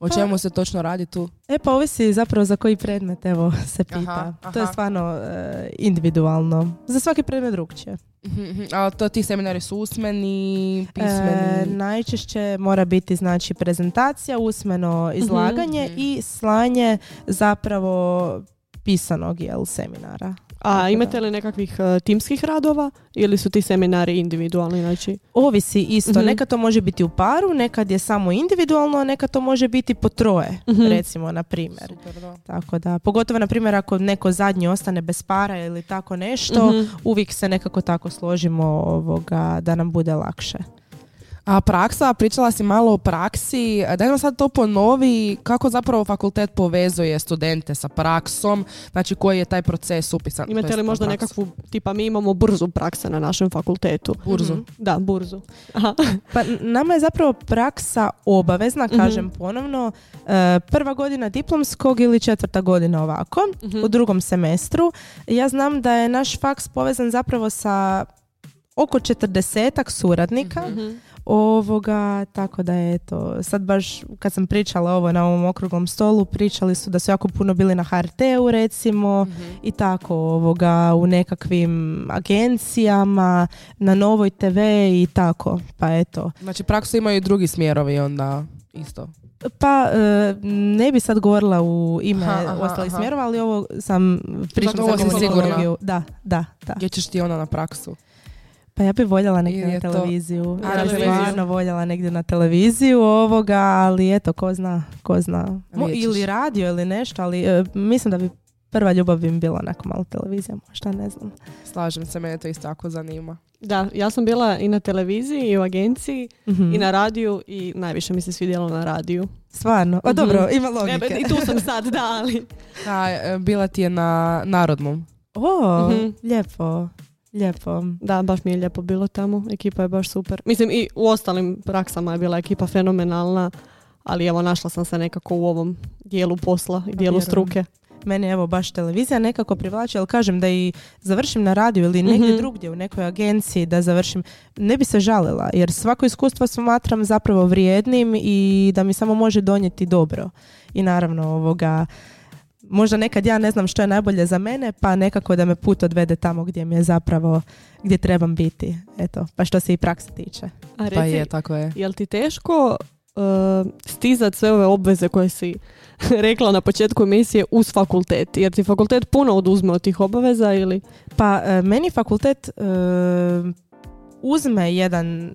O Pa- čemu se točno radi tu? E pa ovisi zapravo za koji predmet evo se pita. Aha, To je aha. stvarno e, individualno. Za svaki predmet drugčije. Mhm, A to ti seminari su usmeni, E, pismeni? najčešće mora biti znači prezentacija, usmeno izlaganje Mhm. i slanje zapravo pisanog jel, seminara. A imate li nekakvih e, timskih radova ili su ti seminari individualni? Znači, Ovisi isto, Mhm. nekad to može biti u paru, nekad je samo individualno, a nekad to može biti po troje, Mhm. recimo na primjer. Super, da. Tako da, pogotovo na primjer ako neko zadnji ostane bez para ili tako nešto, Mhm. uvijek se nekako tako složimo ovoga da nam bude lakše. A praksa, pričala si malo o praksi, daj nam sad to ponovi, kako zapravo fakultet povezuje studente sa praksom, znači koji je taj proces upisan. to Imate jest li možda praksa. nekakvu, tipa mi imamo brzu prakse na našem fakultetu. Mhm. Mhm. burzu? Da, burzu. Aha. Pa n- nama je zapravo praksa obavezna, kažem ponovno, e, prva godina diplomskog ili četvrta godina ovako, u drugom semestru. Ja znam da je naš faks povezan zapravo sa oko četrdesetak suradnika. Mhm. Ovoga, tako da je to. Sad baš kad sam pričala ovo na ovom okruglom stolu, pričali su da su jako puno bili na HRT-u recimo Mhm. i tako ovoga u nekakvim agencijama, na Novoj TV i tako. Pa eto. Znači praksu imaju i drugi smjerovi onda isto. Pa e, ne bi sad govorila u ime Aha, aha, ostalih aha. smjerova, ali ovo sam pričam Zato ovo za si sigurna. komunikologiju. Da, da, da. Gdje ćeš ti onda na praksu? Pa ja bi voljela negdje Ili je na to- televiziju. A, Ja na bi televiziju. stvarno voljela negdje na televiziju ovoga, ali eto, ko zna, ko zna. Mo- Vidjet ćeš. ili radio ili nešto, ali e, mislim da bi prva ljubav bi mi bila onako malo televizija, možda ne znam. Slažem se, mene to isto jako zanima. Da, ja sam bila i na televiziji i u agenciji Mhm. i na radiju i najviše mi se svidjelo na radiju. Stvarno. Mhm. A Pa dobro, ima E, logike. I tu sam sad, da, ali... Da, e, bila ti je na narodnom. O, Mhm. lijepo, lijepo. Da, baš mi je lijepo bilo tamo. Ekipa je baš super. Mislim, i u ostalim praksama je bila ekipa fenomenalna, ali evo, našla sam se nekako u ovom dijelu posla i dijelu vjerujem. struke. Mene evo baš televizija nekako privlači, ali kažem da i završim na radiju ili negdje Mhm. drugdje u nekoj agenciji da završim, ne bi se žalila jer svako iskustvo smatram zapravo vrijednim i da mi samo može donijeti dobro. I naravno ovoga, možda nekad ja ne znam što je najbolje za mene, pa nekako da me put odvede tamo gdje mi je zapravo, gdje trebam biti. Eto, pa što se i prakse tiče. A Pa reci, je, tako je. jel ti teško e, stizat sve ove obveze koje si rekla na početku emisije uz fakultet? Jer ti fakultet puno oduzme od tih obaveza ili... Pa e, meni fakultet e, uzme jedan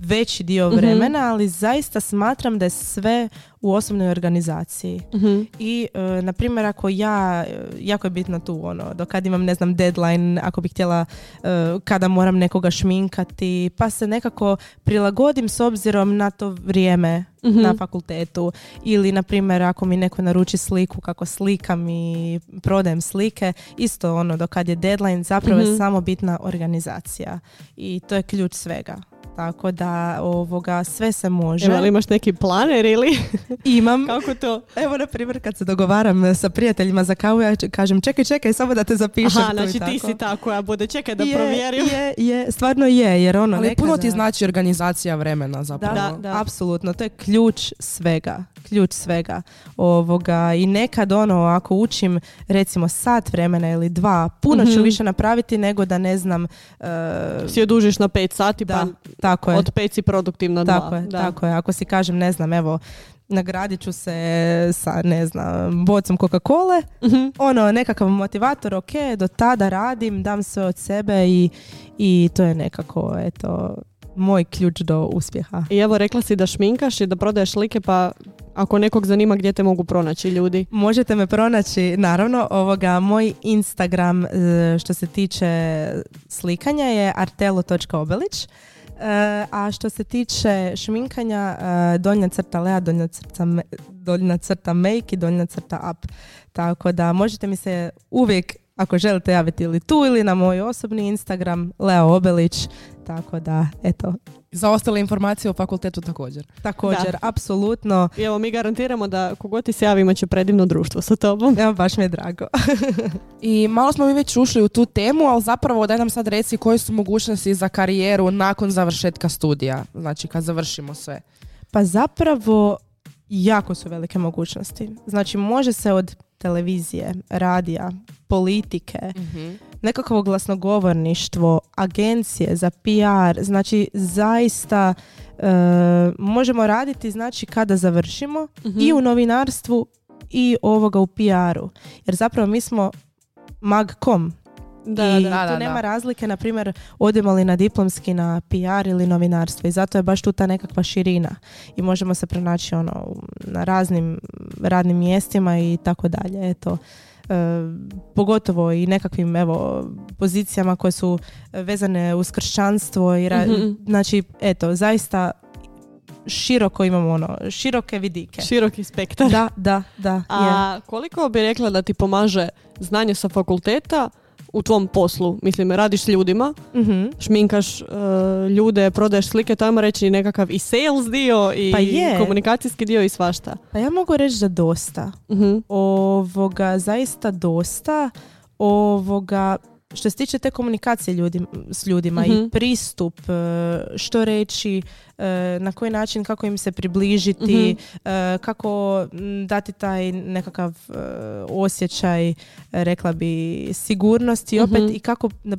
veći dio Mhm. vremena, ali zaista smatram da je sve u osobnoj organizaciji. Mhm, I, e, na primjer, ako ja, e, jako je bitno tu, ono, do kad imam, ne znam, deadline, ako bi htjela, e, kada moram nekoga šminkati, pa se nekako prilagodim s obzirom na to vrijeme Mhm. na fakultetu. Ili, na primjer, ako mi neko naruči sliku, kako slikam i prodajem slike, isto ono, do kad je deadline, zapravo Mhm. je samo bitna organizacija. I to je ključ svega. Tako da, ovoga, sve se može. Evo, jel imaš neki planer ili Imam. kako to? Evo, na primjer, kad se dogovaram e, sa prijateljima za kavu, ja ć- kažem čekaj, čekaj, samo da te zapišem. Aha, tu i znači ti tako. si ta koja bude čekaj da je, provjerim. Je, je, stvarno je, jer ono Ali nekada- puno ti znači organizacija vremena zapravo. Da, Da, da. apsolutno, to je ključ svega, ključ svega ovoga i nekad ono, ako učim recimo sat vremena ili dva, puno ću Mhm. više napraviti nego da ne znam, e, Si odužiš na pet sati da, pa tako je. Od pet si produktivna dva. Tako je, da. tako je. Ako si kažem, ne znam, evo, nagradit ću se sa, ne znam, bocom Coca-Cole, Mhm. ono, nekakav motivator, ok, do tada radim, dam sve od sebe i, i to je nekako, eto, moj ključ do uspjeha. I evo rekla si da šminkaš i da prodaješ slike pa ako nekog zanima gdje te mogu pronaći ljudi. Možete me pronaći, naravno, ovoga, moj Instagram e, što se tiče slikanja je artelo.obelić. E, a što se tiče šminkanja, e, donja crta Lea, donja crta, me- donja crta make i donja crta up. Tako da možete mi se uvijek, ako želite, javiti ili tu ili na moj osobni Instagram, Lea Obelić. Tako da, eto, Za ostale informacije o fakultetu također. također, apsolutno, I evo mi garantiramo da kogod ti se javi imat će predivno društvo sa tobom. evo, baš mi je drago. I malo smo mi već ušli u tu temu, ali zapravo daj nam sad reci koje su mogućnosti za karijeru nakon završetka studija, znači kad završimo sve. Pa zapravo jako su velike mogućnosti. Znači može se od televizije, radija, politike, Mhm. nekakvo glasnogovorništvo, agencije za PR, znači zaista e, možemo raditi znači kada završimo Mhm. i u novinarstvu i ovoga u PR-u. Jer zapravo mi smo mag.com Da, i da. da, tu da. nema razlike, na primjer, odemo li na diplomski, na PR ili novinarstvo i zato je baš tu ta nekakva širina i možemo se pronaći ono, u- na raznim radnim mjestima i tako dalje. Eto. E, pogotovo i nekakvim evo pozicijama koje su vezane uz kršćanstvo i ra- Mhm. znači eto zaista široko imamo ono široke vidike. Široki spektar. Da, da, da. je. A koliko bi rekla da ti pomaže znanje sa fakulteta u tvom poslu? Mislim, radiš s ljudima, Mhm. šminkaš e, ljude, prodaješ slike, tamo reći i nekakav i sales dio i Pa je. komunikacijski dio i svašta. Pa ja mogu reći da dosta. Mhm. Ovoga, zaista dosta. Ovoga, što se tiče te komunikacije ljudi, s ljudima Mhm. i pristup, e, što reći, e, na koji način, kako im se približiti, Mhm. e, kako m, dati taj nekakav e, osjećaj, e, rekla bi, sigurnosti opet Mhm. i kako na,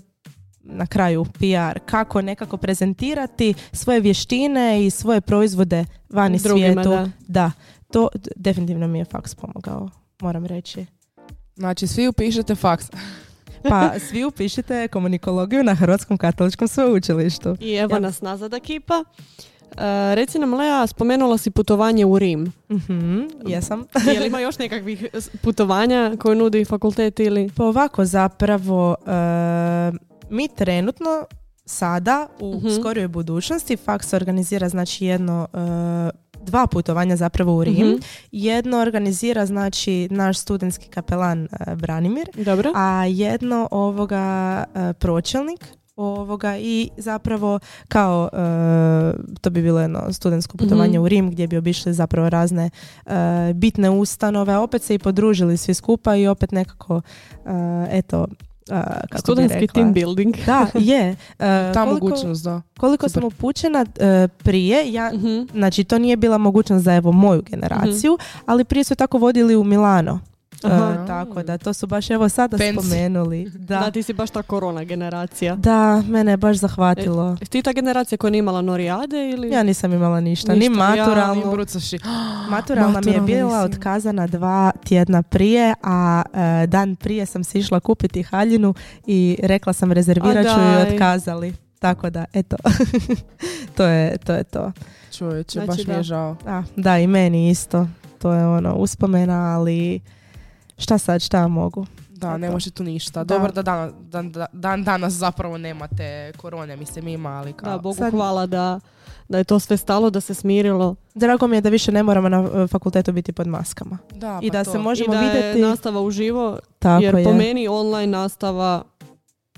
na kraju PR, kako nekako prezentirati svoje vještine i svoje proizvode vani Drugima, svijetu. da. Da, to d- definitivno mi je faks pomogao, moram reći. Znači, svi upišete faks. Pa svi upišite komunikologiju na Hrvatskom katoličkom sveučilištu. I evo Ja. nas nazad ekipa. E, reci nam, Lea, spomenula si putovanje u Rim. Mhm, jesam. Je li ima još nekakvih e, s- putovanja koje nudi fakultet ili... Pa ovako zapravo, e, mi trenutno sada u Mhm. skorijoj budućnosti faks organizira znači jedno e, dva putovanja zapravo u Rim. Mhm. Jedno organizira znači naš studentski kapelan e, Branimir Dobro. a jedno ovoga e, pročelnik ovoga i zapravo kao e, to bi bilo jedno studentsko putovanje Mhm. u Rim gdje bi obišli zapravo razne e, bitne ustanove, a opet se i podružili svi skupa i opet nekako e, eto e, kako bi Studentski rekla. team building. Da, je. E, Ta koliko, mogućnost, da. koliko Super. sam upućena e, prije, ja Mhm. Znači, to nije bila mogućnost za evo moju generaciju, Mhm. ali prije su tako vodili u Milano. E, Aha. tako da, to su baš evo sada Fancy. spomenuli. Da. Da. ti si baš ta korona generacija. da, mene je baš zahvatilo. Jesi ti ta generacija koja nije imala norijade ili... Ja nisam imala ništa, E. Ništa, ni Ali maturalnu. brucaši. maturalna mi je maturalna bila nisi. otkazana dva tjedna prije, a e, dan prije sam si išla kupiti haljinu i rekla sam rezervirat ću A daj. i otkazali. Tako da, eto, to je to. Je to. Čovječe, Znači, baš mi da. je žao. A, da, i meni isto. To je ono, uspomena, ali šta sad, šta ja mogu? Da, ne Eto. može tu ništa. Da. Dobar da dan, dan, dan danas zapravo nemate korone, mislim ima, ali kao... Da, Bogu Sad- hvala da, da je to sve stalo, da se smirilo. Drago mi je da više ne moramo na e, fakultetu biti pod maskama. Da, I pa da to. se možemo I da vidjeti. je nastava uživo, Tako jer je. po meni online nastava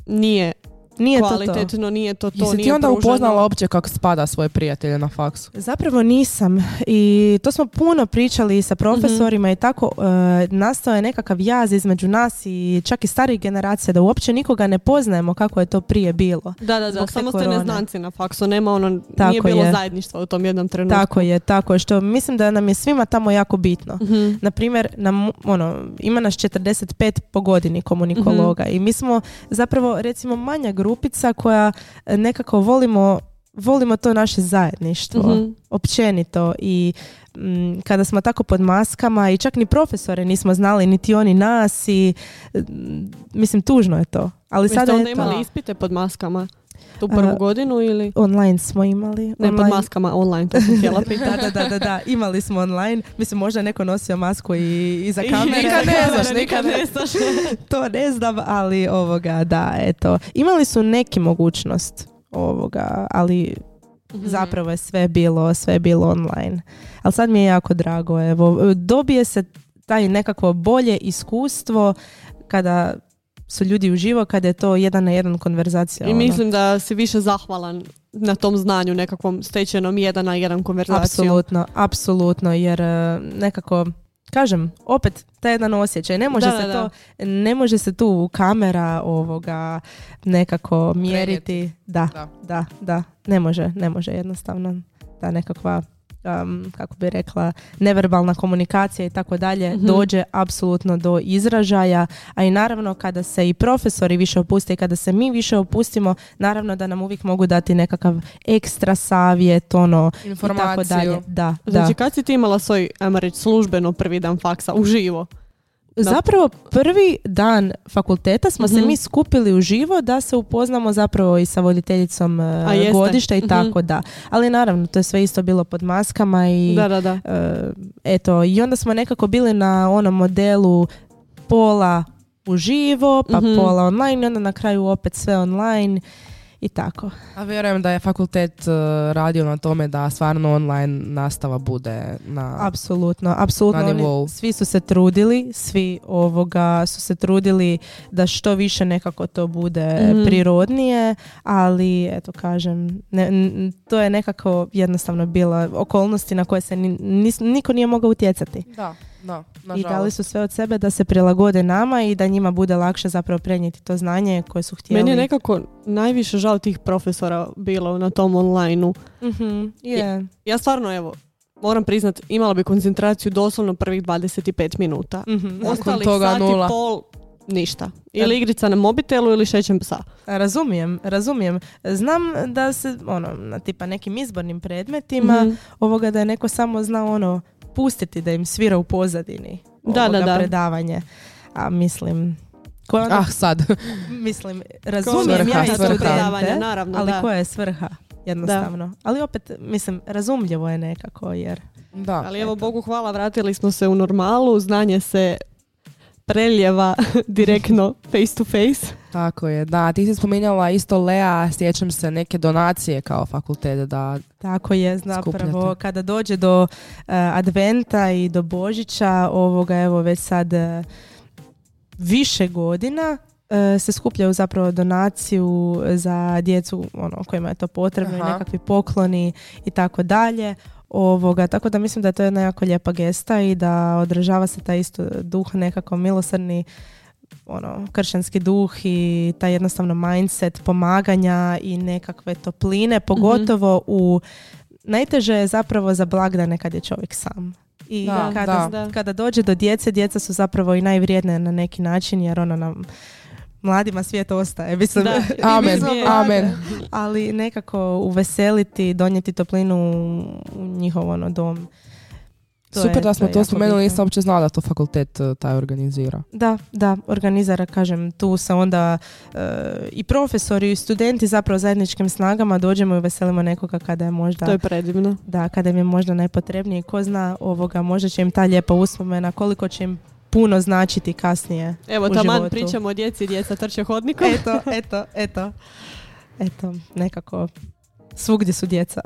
nije, Nije to to kvalitetno, nije to to, Jesi nije ti onda pruženo. upoznala uopće kako spada svoje prijatelje na faksu? Zapravo nisam i to smo puno pričali Mhm. sa profesorima i tako e, nastao je nekakav jaz između nas i čak i starih generacija da uopće nikoga ne poznajemo kako je to prije bilo. Da, da, da, zbog te samo ste korone. neznanci na faksu, nema ono, nije Tako bilo je. zajedništva u tom jednom trenutku. Tako je, tako je, što mislim da nam je svima tamo jako bitno. Mhm. na primjer, nam, ono, ima nas 45 po godini komunikologa Mhm. i mi smo zapravo recimo manja grupica koja e, nekako volimo volimo to naše zajedništvo Mhm. općenito i mm, kada smo tako pod maskama i čak ni profesore nismo znali niti oni nas i mm, mislim tužno je to ali Vi ste sada onda eto, imali ispite pod maskama tu prvu A, godinu ili... online smo imali Ne, pod online- maskama, online, to sam htjela pitati. da, da, da, da, da, imali smo online. Mislim, možda je neko nosio masku i iza kamere. Nikad ne znaš, nikad ne znaš. to ne znam, ali ovoga, da, eto. Imali su neki mogućnost ovoga, ali zapravo je sve bilo, sve je bilo online. Ali sad mi je jako drago, evo, dobije se taj nekakvo bolje iskustvo kada su ljudi uživo, kada je to jedan na jedan konverzacija. I ono. mislim da si više zahvalan na tom znanju nekakvom stečenom jedan na jedan konverzacijom. Apsolutno, apsolutno, jer e, nekako kažem, opet taj jedan osjećaj, ne može Da, se da, to, ne može se tu kamera ovoga nekako mjeriti. Da, Da. da, da, ne može, ne može jednostavno ta nekakva um, kako bi rekla, neverbalna komunikacija i tako dalje, Mhm. dođe apsolutno do izražaja, a i naravno kada se i profesori više opuste i kada se mi više opustimo, naravno da nam uvijek mogu dati nekakav ekstra savjet, ono, Informaciju. i tako dalje. Da, Znači, kad si ti imala svoj, ajmo reći, službeno prvi dan faksa, uživo? da. Zapravo prvi dan fakulteta smo se Mhm. mi skupili uživo da se upoznamo zapravo i sa voditeljicom e, A jeste. godišta i Mhm. tako da. Ali naravno, to je sve isto bilo pod maskama i Da, da, da. e, eto, i onda smo nekako bili na onom modelu pola uživo, pa Mhm. pola online i onda na kraju opet sve online i tako. A vjerujem da je fakultet e, radio na tome da stvarno online nastava bude na... Apsolutno, apsolutno. Na oni- nivou. svi su se trudili, svi ovoga su se trudili da što više nekako to bude Mhm. prirodnije, ali eto kažem, ne- n- to je nekako jednostavno bila okolnosti na koje se ni- nis- niko nije mogao utjecati. Da, da, I dali su sve od sebe da se prilagode nama i da njima bude lakše zapravo prenijeti to znanje koje su htjeli. Meni je nekako najviše žal tih profesora bilo na tom onlineu. Mhm, je. Ja stvarno, evo, moram priznat, imala bi koncentraciju doslovno prvih 25 minuta. Mhm. Ostalih toga sat i nula. pol, ništa. Ili igrica na mobitelu ili šećem psa. Mhm. Razumijem, razumijem. Znam da se, ono, na tipa nekim izbornim predmetima, Mhm. ovoga da je neko samo znao, ono, pustiti da im svira u pozadini Da, ovoga da, da. predavanje. A mislim, ko je onda, Ah, sad. mislim, Kao razumijem svrha, ja i svrha. studente, Predavanja, naravno, ali da. koja je svrha, jednostavno. Ali opet, mislim, razumljivo je nekako, jer... Da. Ali evo, Bogu hvala, vratili smo se u normalu, znanje se preljeva direktno face to face. Tako je, da. Ti si spominjala isto Lea, sjećam se neke donacije kao fakultete da... Tako je, zapravo Skupljate. kada dođe do e, adventa i do Božića, ovoga evo već sad e, više godina e, se skupljaju zapravo donaciju za djecu ono, kojima je to potrebno Aha. i nekakvi pokloni i tako dalje. Ovoga, tako da mislim da je to jedna jako lijepa gesta i da održava se taj isto duh nekako milosrni ono, kršćanski duh i taj jednostavno mindset pomaganja i nekakve topline, Mhm. pogotovo u najteže je zapravo za blagdane kad je čovjek sam. I Da, kada, da. kada dođe do djece, djeca su zapravo i najvrijedne na neki način jer ono nam mladima svijet ostaje. Mislim, Da. Amen, smo mlade. amen. ali nekako uveseliti, donijeti toplinu u njihov ono dom. To je- Super da smo je to jako spomenuli, bitno. nisam uopće znala da to fakultet e, taj organizira. Da, da, organizara, kažem, tu se onda e, i profesori i studenti zapravo zajedničkim snagama dođemo i veselimo nekoga kada je možda, To je predivno. da, kada im je možda najpotrebnije. Ko zna ovoga, možda će im ta lijepa uspomena, koliko će im puno značiti kasnije. Evo, u taman životu. E. pričamo o djeci, djeca trče hodnikom. Eto, eto, eto. Eto, nekako svugdje su djeca.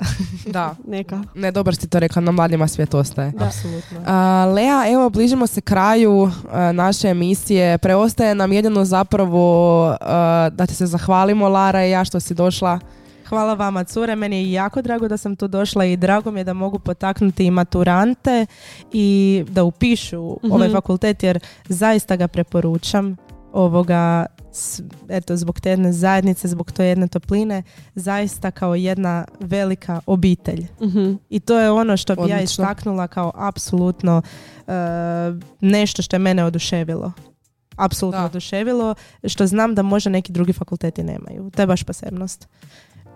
Da. Neka. Ne, dobar si to rekla, na mladima svijet ostaje. Apsolutno. A, Lea, evo, bližimo se kraju a, naše emisije. Preostaje nam jedino zapravo a, da ti se zahvalimo, Lara i ja, što si došla. Hvala vama cure, meni je jako drago da sam tu došla i drago mi je da mogu potaknuti i maturante i da upišu ovaj fakultet jer zaista ga preporučam ovoga s- eto zbog te jedne zajednice, zbog to jedne topline, zaista kao jedna velika obitelj. Mhm. I to je ono što bi ja Odlično. istaknula kao apsolutno e, nešto što je mene oduševilo. Apsolutno Da. oduševilo, što znam da možda neki drugi fakulteti nemaju. To je baš posebnost.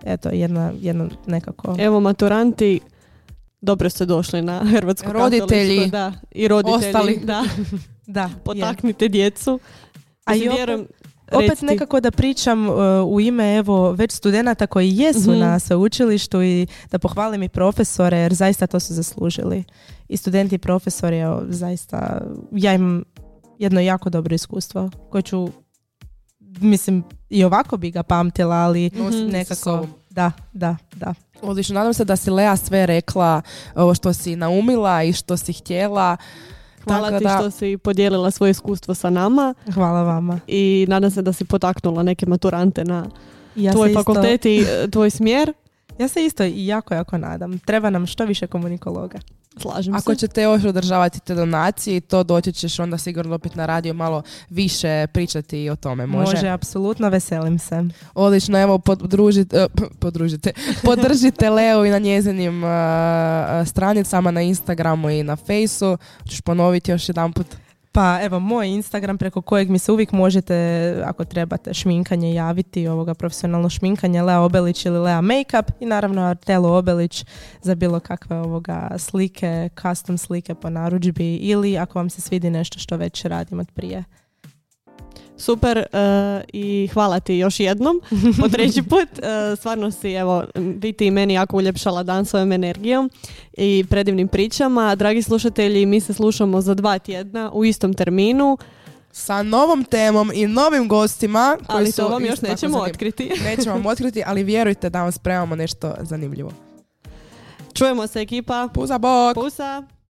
Eto, jedna, jedna nekako... Evo, maturanti, dobro ste došli na Hrvatsko Roditelji. katoličko, Da, i roditelji. Ostali. Da, Da, je. potaknite djecu. A i Mislim, opet- vjerujem, Opet reci ti. nekako da pričam e, u ime evo već studenata koji jesu Mhm. na sveučilištu i da pohvalim i profesore jer zaista to su zaslužili. I studenti i profesori, evo, zaista ja imam jedno jako dobro iskustvo koje ću mislim i ovako bi ga pamtila, ali Mhm. Nositi sa nekako sobom. da, da, da. Odlično, nadam se da si Lea sve rekla ovo što si naumila i što si htjela. Hvala Tako ti da- što si podijelila svoje iskustvo sa nama Hvala vama. i nadam se da si potaknula neke maturante na Ja se tvoj isto- fakultet i e, tvoj smjer. Ja se isto i jako, jako nadam. Treba nam što više komunikologa. Slažem Ako se. ćete još održavati te donacije i to doći ćeš onda sigurno opet na radio malo više pričati o tome. Može? Može, apsolutno, veselim se. Odlično, evo podružite, eh, p- podružite, podržite Leo i na njezinim eh, eh, stranicama na Instagramu i na Fejsu. Ćeš ponoviti još jedanput. Pa evo moj Instagram preko kojeg mi se uvijek možete ako trebate šminkanje javiti, ovoga profesionalno šminkanje Lea Obelić ili Lea Makeup i naravno Artelo Obelić za bilo kakve ovoga slike, custom slike po narudžbi ili ako vam se svidi nešto što već radim od prije. Super e, i hvala ti još jednom po treći put. E, stvarno si evo vi ti i meni jako uljepšala dan svojom energijom i predivnim pričama. Dragi slušatelji, mi se slušamo za dva tjedna u istom terminu. Sa novom temom i novim gostima. koji Ali su to vam još isto tako nećemo zanimljivi. otkriti. Nećemo vam otkriti, ali vjerujte da vam spremamo nešto zanimljivo. Čujemo se ekipa. Puza bok! Pusa.